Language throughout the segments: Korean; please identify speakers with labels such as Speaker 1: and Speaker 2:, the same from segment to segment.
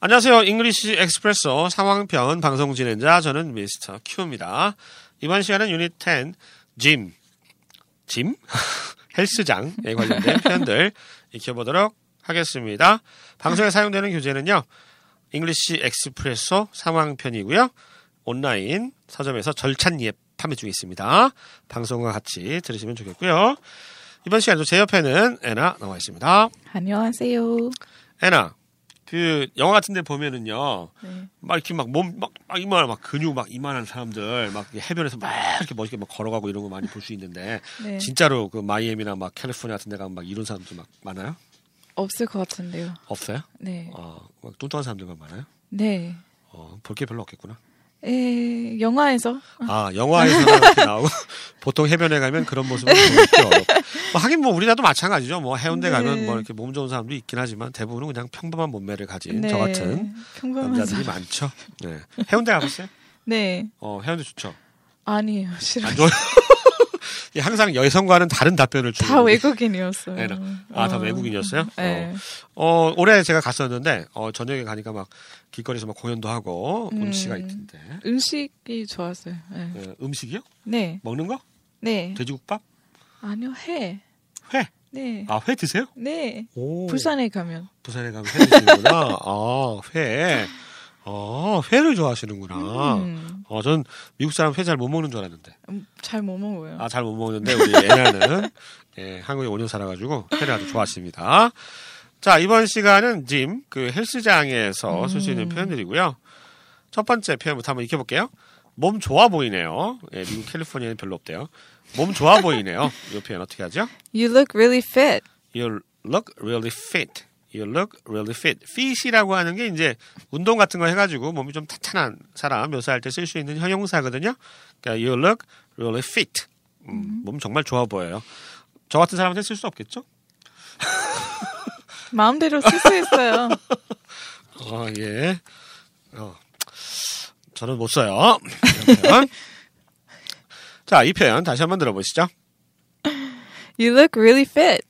Speaker 1: 안녕하세요. 잉글리시 엑스프레소 상황편 방송 진행자 저는 미스터 큐입니다. 이번 시간은 유닛 10 짐, 짐? 헬스장에 관련된 표현들 익혀보도록 하겠습니다. 방송에 사용되는 교재는요. 잉글리시 엑스프레소 상황편이고요. 온라인 서점에서 절찬 예앱 판매 중에 있습니다. 방송과 같이 들으시면 좋겠고요. 이번 시간도 제 옆에는 애나 나와 있습니다.
Speaker 2: 안녕하세요.
Speaker 1: 애나 그 영화 같은데 보면은요
Speaker 2: 네.
Speaker 1: 막 이렇게 막 몸 막 이만 막 근육 막 이만한 사람들 막 해변에서 막 이렇게 멋있게 막 걸어가고 이런 거 많이 볼 수 있는데
Speaker 2: 네.
Speaker 1: 진짜로 그 마이애미나 막 캘리포니아 같은 데 가면 막 이런 사람들 막 많아요?
Speaker 2: 없을 것 같은데요.
Speaker 1: 없어요?
Speaker 2: 네.
Speaker 1: 어막 뚱뚱한 사람들만 많아요?
Speaker 2: 네.
Speaker 1: 어볼 게 별로 없겠구나.
Speaker 2: 에, 영화에서
Speaker 1: 아 영화에서 이렇게 나오고 보통 해변에 가면 그런 모습을 보십시오. 뭐 하긴 뭐 우리나라도 마찬가지죠. 뭐 해운대
Speaker 2: 네.
Speaker 1: 가면 뭐 이렇게 몸 좋은 사람도 있긴 하지만 대부분은 그냥 평범한 몸매를 가진
Speaker 2: 네.
Speaker 1: 예, 저 같은
Speaker 2: 평범한
Speaker 1: 남자들이
Speaker 2: 사람.
Speaker 1: 많죠. 네. 해운대 가봤어요?
Speaker 2: 네.
Speaker 1: 어 해운대 좋죠.
Speaker 2: 아니에요. 싫어.
Speaker 1: 안 좋아요. 예, 항상 여성과는 다른 답변을 주는.
Speaker 2: 다 외국인이었어요.
Speaker 1: 네, 나- 아, 다
Speaker 2: 어.
Speaker 1: 외국인이었어요?
Speaker 2: 네.
Speaker 1: 어, 올해 제가 갔었는데, 어, 저녁에 가니까 막 길거리에서 막 공연도 하고
Speaker 2: 음.
Speaker 1: 음식이 있던데.
Speaker 2: 음식이 좋았어요. 네.
Speaker 1: 예, 음식이요?
Speaker 2: 네.
Speaker 1: 먹는 거?
Speaker 2: 네.
Speaker 1: 돼지국밥?
Speaker 2: 아니요. 해.
Speaker 1: 회?
Speaker 2: 네.
Speaker 1: 아, 회 드세요?
Speaker 2: 네.
Speaker 1: 오.
Speaker 2: 부산에 가면
Speaker 1: 부산에 가면 회 드시는구나. 아, 회. 어, 회를 좋아하시는구나.
Speaker 2: 음,
Speaker 1: 어, 전 미국 사람 회 잘 못 먹는 줄 알았는데.
Speaker 2: 잘못 먹어요.
Speaker 1: 아, 잘 못 먹는데 우리 애나는 예, 한국에 5년 살아가지고 회를 아주 좋아하십니다. 자, 이번 시간은 짐, 그 헬스장에서 쓸 수 있는 표현들이고요. 첫 번째 표현부터 한번 익혀볼게요. 몸 좋아 보이네요. 예, 미국 캘리포니아는 별로 없대요. 몸 좋아 보이네요. 이 표현 어떻게 하죠?
Speaker 2: You look really fit.
Speaker 1: You look really fit. You look really fit. Fit이라고 하는 게 이제 운동 같은 거 해가지고 몸이 좀 탄탄한 사람 묘사할 때 쓸 수 있는 형용사거든요. 그러니까 you look really fit. 음, 몸 정말 좋아 보여요. 저 같은 사람한테 쓸 수 없겠죠?
Speaker 2: 마음대로 쓸 수 있어요.
Speaker 1: 어, 예. 어, 저는 못 써요. 이런 표현. 자, 이 표현 다시 한번 들어보시죠.
Speaker 2: You look really fit.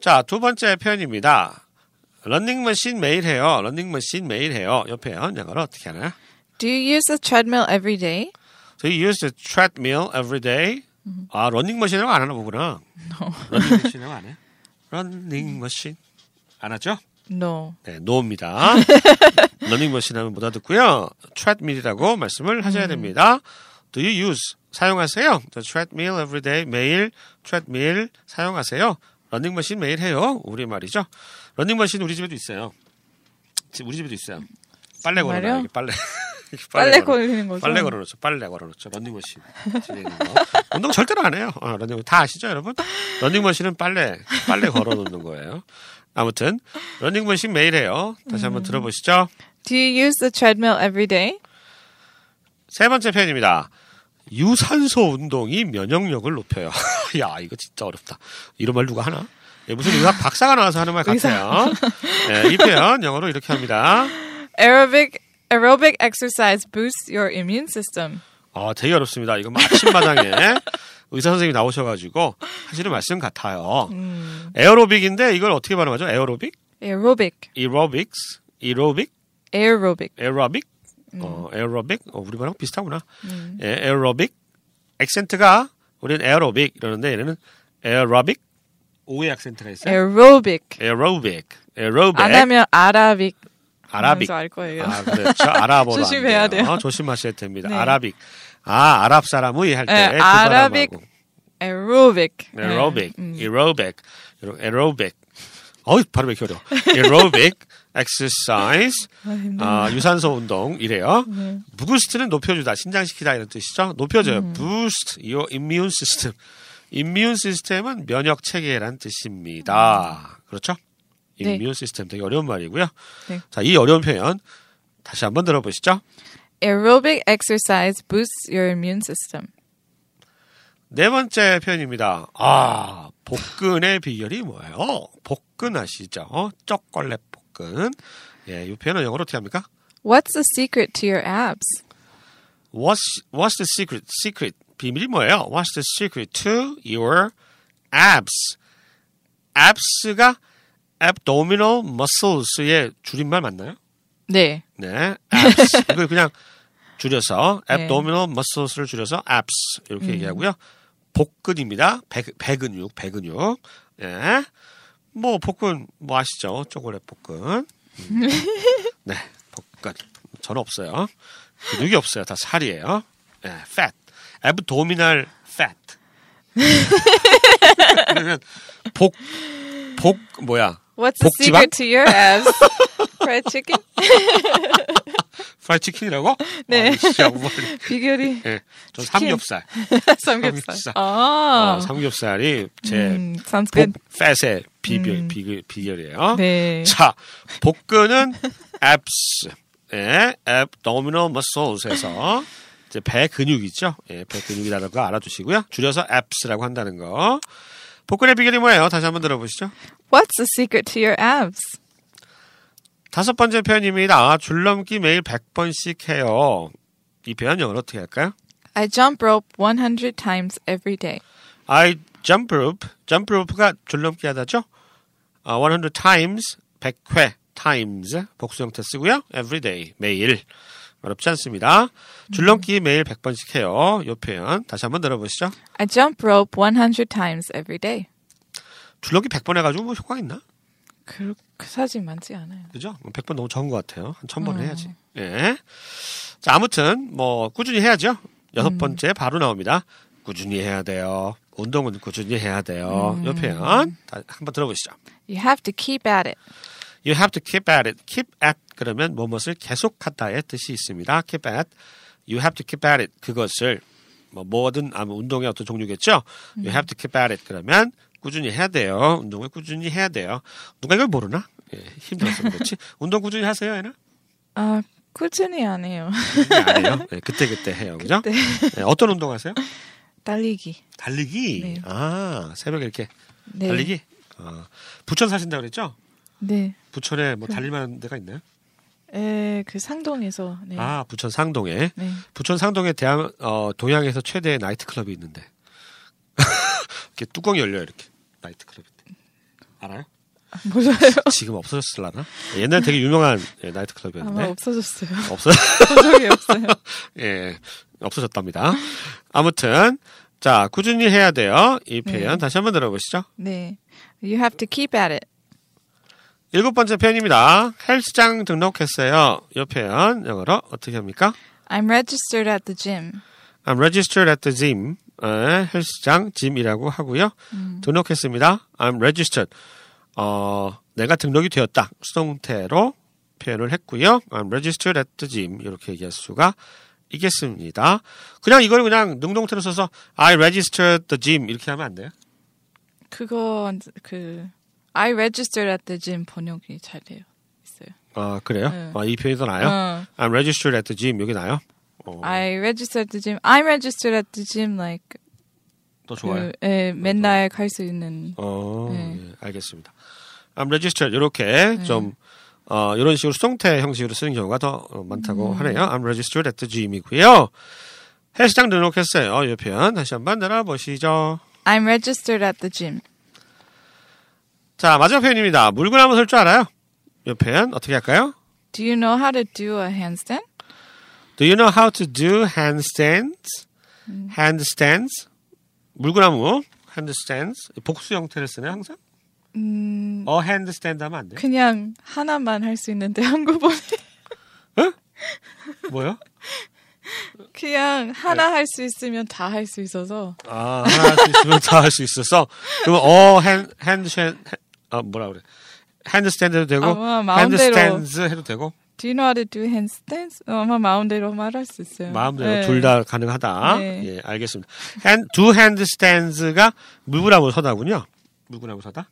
Speaker 1: 자, 두 번째 표현입니다. 런닝머신 매일 해요. 런닝머신 매일 해요. 옆에 영어로 어떻게 하나요?
Speaker 2: Do you use the treadmill every day?
Speaker 1: So you use the treadmill every day.
Speaker 2: Mm-hmm.
Speaker 1: 아 러닝머신이라고 안 하나 보구나. 러닝머신이라고 안 해? 러닝머신 안 하죠?
Speaker 2: No.
Speaker 1: 네, 노입니다. 러닝머신 하면 못 알아듣고요. treadmill이라고 말씀을
Speaker 2: 음.
Speaker 1: 하셔야 됩니다. Do you use 사용하세요? The treadmill every day 매일 treadmill 사용하세요. 러닝머신 매일 해요. 우리 말이죠. 러닝머신 우리 집에도 있어요. 지- 우리 집에도 있어요. 빨래 걸어
Speaker 2: 정말요?
Speaker 1: 놔요. 빨래. 이렇게
Speaker 2: 빨래
Speaker 1: 걸어놔요.
Speaker 2: 걸리는 거죠.
Speaker 1: 빨래 걸어놓죠. 빨래 걸어놓죠. 런닝머신. 집에 있는 거. 운동 절대로 안 해요. 어, 런닝 다 아시죠, 여러분? 런닝머신은 빨래 빨래 걸어놓는 거예요. 아무튼 런닝머신 매일 해요. 다시
Speaker 2: 음.
Speaker 1: 한번 들어보시죠.
Speaker 2: Do you use the treadmill every day?
Speaker 1: 세 번째 표현입니다. 유산소 운동이 면역력을 높여요. 야, 이거 진짜 어렵다. 이런 말 누가 하나? 예, 무슨 의학 박사가 나와서 하는 말 같아요. 예, 이 표현 영어로 이렇게 합니다.
Speaker 2: Aerobic aerobic exercise boosts your immune system.
Speaker 1: 아, 되게 어렵습니다. 이건 뭐 아침마당에 의사 선생님이 나오셔가지고 하시는 말씀 같아요.
Speaker 2: 음.
Speaker 1: 에어로빅인데 이걸 어떻게 발음하죠? 에어로빅?
Speaker 2: Aerobic.
Speaker 1: 이로빅스? 이로빅?
Speaker 2: Aerobic.
Speaker 1: 에어로빅?
Speaker 2: 음.
Speaker 1: 어, 에어로빅? 어, 우리 말하고 비슷하구나. 예, 에어로빅. 액센트가 우리는 에어로빅 이러는데 얘네는 에어로빅? 오의 액센트가 있어요.
Speaker 2: Aerobic.
Speaker 1: 에어로빅. 에어로빅.
Speaker 2: 안 하면 아라빅.
Speaker 1: 아라빅.
Speaker 2: 하면서 알 거예요.
Speaker 1: 아, 그렇죠. 아랍어로. 안
Speaker 2: 조심해야 돼요.
Speaker 1: 어, 조심하셔야 됩니다.
Speaker 2: 네.
Speaker 1: 아라빅. 아, 아랍 사람의 할 때.
Speaker 2: 네,
Speaker 1: 그
Speaker 2: 아라빅.
Speaker 1: 발음하고.
Speaker 2: Aerobic. Mm.
Speaker 1: 에로빅,
Speaker 2: 음.
Speaker 1: 에로빅, 에로빅. 어이, 발음 왜 이렇게 어려워. 에로빅, 엑서사이즈, 아, 유산소 운동, 이래요.
Speaker 2: 네.
Speaker 1: 부스트는 높여주다, 신장시키다, 이런 뜻이죠. 높여줘요.
Speaker 2: 음.
Speaker 1: boost your immune system. immune system은 면역 체계란 뜻입니다. 그렇죠?
Speaker 2: 네.
Speaker 1: immune system 되게 어려운 말이고요.
Speaker 2: 네.
Speaker 1: 자, 이 어려운 표현 다시 한번 들어보시죠.
Speaker 2: Aerobic exercise boosts your immune system.
Speaker 1: 네 번째 표현입니다. 아, 복근의 비결이 뭐예요? 복근 아시죠? 초콜릿 복근. 예, 이 표현은 영어로 어떻게 합니까?
Speaker 2: What's the secret to your abs?
Speaker 1: What's, what's the secret? secret. 비밀이 뭐예요? What's the secret to your abs? abs가 abdominal muscles의 줄임말 맞나요?
Speaker 2: 네.
Speaker 1: 네, abs. 이걸 그냥 줄여서
Speaker 2: 네. 음.
Speaker 1: abdominal muscles를 줄여서 abs 이렇게 얘기하고요. 복근입니다. 배, 배근육, 배근육. 예. 뭐 복근 뭐 아시죠? 초콜릿 복근. 음. 네, 복근. 저는 없어요. 근육이 없어요. 다 살이에요. 예, fat. abdominal fat. 그러면 복, 복, 뭐야.
Speaker 2: What's the
Speaker 1: 복지방?
Speaker 2: secret to your abs? Fried chicken?
Speaker 1: 프라이 치킨이라고?
Speaker 2: 네.
Speaker 1: 어, 진짜 우발이.
Speaker 2: 비결이
Speaker 1: 예, 저
Speaker 2: 치킨.
Speaker 1: 삼겹살.
Speaker 2: 삼겹살.
Speaker 1: 삼겹살.
Speaker 2: 아.
Speaker 1: 어, 삼겹살이 제
Speaker 2: 음, sounds good.
Speaker 1: 복팻의 비결, 비결, 비결이에요.
Speaker 2: 네.
Speaker 1: 자, 복근은 abs, 예, abdominal muscles에서 이제 배 근육이죠. 예, 배 근육이라는 거 알아두시고요. 줄여서 abs라고 한다는 거. 복근의 비결이 뭐예요? 다시 한번 들어보시죠.
Speaker 2: What's the secret to your abs?
Speaker 1: 다섯 번째 표현입니다. 줄넘기 매일 100번씩 해요. 이 표현 영어로 어떻게 할까요?
Speaker 2: I jump rope 100 times every day.
Speaker 1: I jump rope. jump rope가 줄넘기 하다죠? 아, 100 times, 100회 times 복수 형태 쓰고요. every day, 매일. 어렵지 않습니다. 줄넘기 매일 100번씩 해요. 요 표현 다시 한번 들어보시죠.
Speaker 2: I jump rope 100 times every day.
Speaker 1: 줄넘기 100번 해가지고 뭐 효과 있나?
Speaker 2: 그, 그 사진 많지 않아요.
Speaker 1: 그죠? 100번 너무 적은 것 같아요. 한 1000번 해야지. 예. 자, 아무튼 뭐 꾸준히 해야죠. 여섯 번째 바로 나옵니다. 꾸준히 해야 돼요. 운동은 꾸준히 해야 돼요. 요 표현 다- 한번 들어보시죠.
Speaker 2: You have to keep at it.
Speaker 1: You have to keep at it. Keep at 그러면 무엇을 계속하다의 뜻이 있습니다. Keep at. You have to keep at it. 그것을 뭐 뭐든 아무 운동의 어떤 종류겠죠.
Speaker 2: 음.
Speaker 1: You have to keep at it. 그러면 꾸준히 해야 돼요. 운동을 꾸준히 해야 돼요. 누가 이걸 모르나? 예, 힘들어서 그렇지. 운동 꾸준히 하세요, 애나?
Speaker 2: 아, 꾸준히 안 해요.
Speaker 1: 안 해요. 예, 그때 그때 해요, 그죠? 예, 어떤 운동 하세요?
Speaker 2: 달리기.
Speaker 1: 달리기.
Speaker 2: 네.
Speaker 1: 아 새벽에 이렇게
Speaker 2: 네.
Speaker 1: 달리기. 아, 부천 사신다 고 그랬죠?
Speaker 2: 네.
Speaker 1: 부천에 뭐 달릴만한 데가 있나요?
Speaker 2: 에, 그 상동에서. 네.
Speaker 1: 아 부천 상동에.
Speaker 2: 네.
Speaker 1: 부천 상동에 대한 어, 동양에서 최대의 나이트 클럽이 있는데 이렇게 뚜껑이 열려 요 이렇게 나이트 클럽이 알아요?
Speaker 2: 몰라요.
Speaker 1: 지금 없어졌을라나? 옛날 에 되게 유명한 예, 나이트
Speaker 2: 아마
Speaker 1: 클럽이었는데
Speaker 2: 없어졌어요.
Speaker 1: 없어
Speaker 2: 본 적이 없어요.
Speaker 1: 예 없어졌답니다. 아무튼 자 꾸준히 해야 돼요 이 표현 다시 한번 들어보시죠.
Speaker 2: 네. You have to keep at it.
Speaker 1: 일곱 번째 표현입니다. 헬스장 등록했어요. 이 표현 영어로 어떻게 합니까?
Speaker 2: I'm registered at the gym.
Speaker 1: I'm registered at the gym. 예, 헬스장 짐이라고 하고요.
Speaker 2: 음.
Speaker 1: 등록했습니다. I'm registered. 어, 내가 등록이 되었다. 수동태로 표현을 했고요. I'm registered at the gym 이렇게 얘기할 수가 있겠습니다. 그냥 이걸 그냥 능동태로 써서 I registered the gym 이렇게 하면 안 돼요?
Speaker 2: 그거 그 I registered at the gym 번역이 잘 돼요. 있어요.
Speaker 1: 아 그래요?
Speaker 2: 네.
Speaker 1: 아, 이 표현이 더 나요?
Speaker 2: 어.
Speaker 1: I'm registered at the gym 여기 나요? 어,
Speaker 2: I registered at the gym. I'm registered at the gym like
Speaker 1: 더 좋아요.
Speaker 2: 그, 예, 맨날 갈 수 있는
Speaker 1: 어,
Speaker 2: 네.
Speaker 1: 예, 알겠습니다. I'm registered 이렇게 좀 어, 이런 식으로 수동태 형식으로 쓰는 경우가 더 어, 많다고
Speaker 2: 음.
Speaker 1: 하네요. I'm registered at the gym이고요. 헬스장 등록했어요. 이 표현 다시 한번 들어보시죠.
Speaker 2: I'm registered at the gym.
Speaker 1: 자 마지막 표현입니다. 물구나무 설 줄 알아요? 이 표현 어떻게 할까요?
Speaker 2: Do you know how to do a handstand?
Speaker 1: Do you know how to do handstands?
Speaker 2: 음.
Speaker 1: handstands 물구나무 handstands 복수 형태를 쓰네 요 항상.
Speaker 2: 음,
Speaker 1: 어 handstand 하면 안 돼? 요
Speaker 2: 그냥 하나만 할 수 있는데 한꺼번에 그
Speaker 1: 뭐요?
Speaker 2: 그냥 하나
Speaker 1: 네.
Speaker 2: 할 수 있으면 다 할 수 있어서
Speaker 1: 아, 하나 할 수 있으면 다 할 수 있어서. 그러면 어, 핸, 핸드, 핸, 아, 뭐라 그래. 핸드스탠드 해도 되고,
Speaker 2: 아마 마음대로.
Speaker 1: 핸드스탠드 해도 되고,
Speaker 2: Do you know how to do handstands? 어, 아마 마음대로 말할 수 있어요.
Speaker 1: 마음대로
Speaker 2: 예.
Speaker 1: 둘 다 가능하다.
Speaker 2: 네.
Speaker 1: 예, 알겠습니다. 핸, 두 핸드스탠드가 물구나무 서다군요. 물구나무 서다?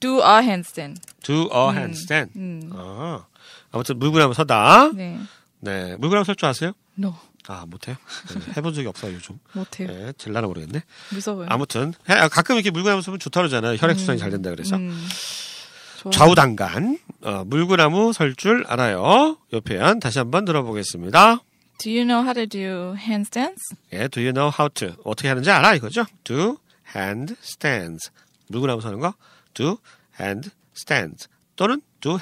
Speaker 2: Do a handstand.
Speaker 1: Do a handstand.
Speaker 2: 음.
Speaker 1: 아, 아무튼 물구나무 서다.
Speaker 2: 네.
Speaker 1: 네, 물구나무 설 줄 아세요?
Speaker 2: No.
Speaker 1: 아, 못해요? 네, 해본 적이 없어요, 요즘.
Speaker 2: 못해요.
Speaker 1: 예, 질라나 모르겠네.
Speaker 2: 무서워요.
Speaker 1: 아무튼, 해- 아, 가끔 이렇게 물구나무 서면 좋다 그러잖아요. 혈액순환이 잘 된다 그래서.
Speaker 2: 음. 좋아요.
Speaker 1: 좌우당간 어, 물구나무 설 줄 알아요. 요 표현 다시 한번 들어보겠습니다.
Speaker 2: Do you know how to do handstands?
Speaker 1: 예, do you know how to 어떻게 하는지 알아 이거죠? Do handstands 물구나무 서는 거 do hand stand 또는 do a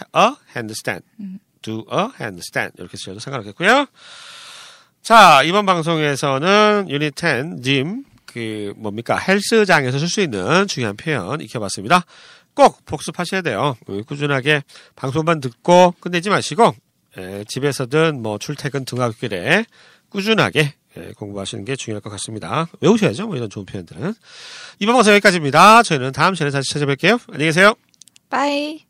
Speaker 1: handstand, do a handstand 이렇게 쓰셔도 상관없겠고요. 자 이번 방송에서는 유닛 10 짐, 그 뭡니까 헬스장에서 쓸 수 있는 중요한 표현 익혀봤습니다. 꼭 복습하셔야 돼요. 그 꾸준하게 방송만 듣고 끝내지 마시고 예, 집에서든 뭐 출퇴근 등하굣길에 꾸준하게 예, 공부하시는 게 중요할 것 같습니다. 외우셔야죠. 뭐 이런 좋은 표현들은. 이번 방송 여기까지입니다. 저희는 다음 시간에 다시 찾아뵐게요. 안녕히 계세요.
Speaker 2: Bye.